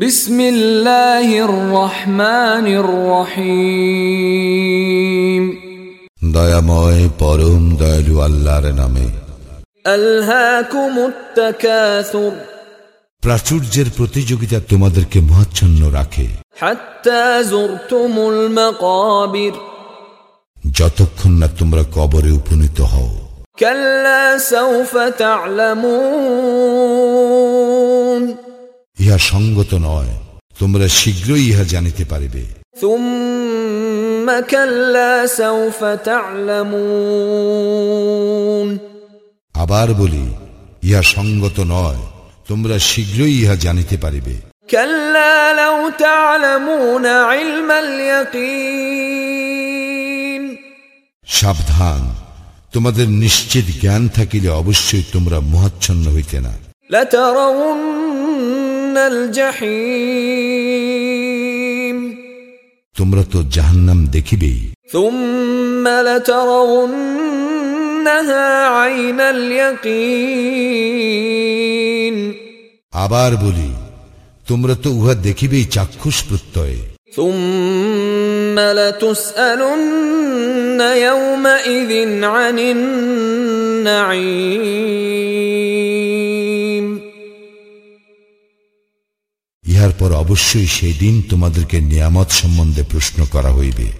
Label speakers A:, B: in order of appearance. A: بسم الله الرحمن الرحيم
B: দয়াময় পরম দয়ালু আল্লাহর নামে
A: ألهاكم التكاثر
B: প্রাচুর্যের প্রতিযোগিতা তোমাদেরকে মহাচ্ছন্ন রাখে
A: حتى زرتم المقابر
B: যতক্ষণ না তোমরা কবরে উপনীত হও
A: كلا سوف تعلمون
B: ইহা সঙ্গত নয় তোমরা শীঘ্রই ইহা জানিতে পারিবে
A: ثم كلا سوف تعلمون
B: আবার বলি ইহা সঙ্গত নয় তোমরা শীঘ্রই ইহা জানিতে পারিবে
A: كلا لو تعلمون علم اليقين
B: সাবধান তোমাদের নিশ্চিত জ্ঞান থাকিলে অবশ্যই তোমরা মহাচ্ছন্ন হইতে না
A: لترون الجحيم
B: তোমরা তো জাহান্নাম দেখিবেই
A: ثم لترونها عين اليقين
B: আবার বলি তোমরা তো উহা দেখিবেই চাক্ষুষ প্রত্যয়ে
A: ثم لتسألن يومئذ عن النعيم
B: ইহার পর অবশ্যই সেই দিন তোমাদেরকে নিয়ামত সম্বন্ধে প্রশ্ন করা হইবে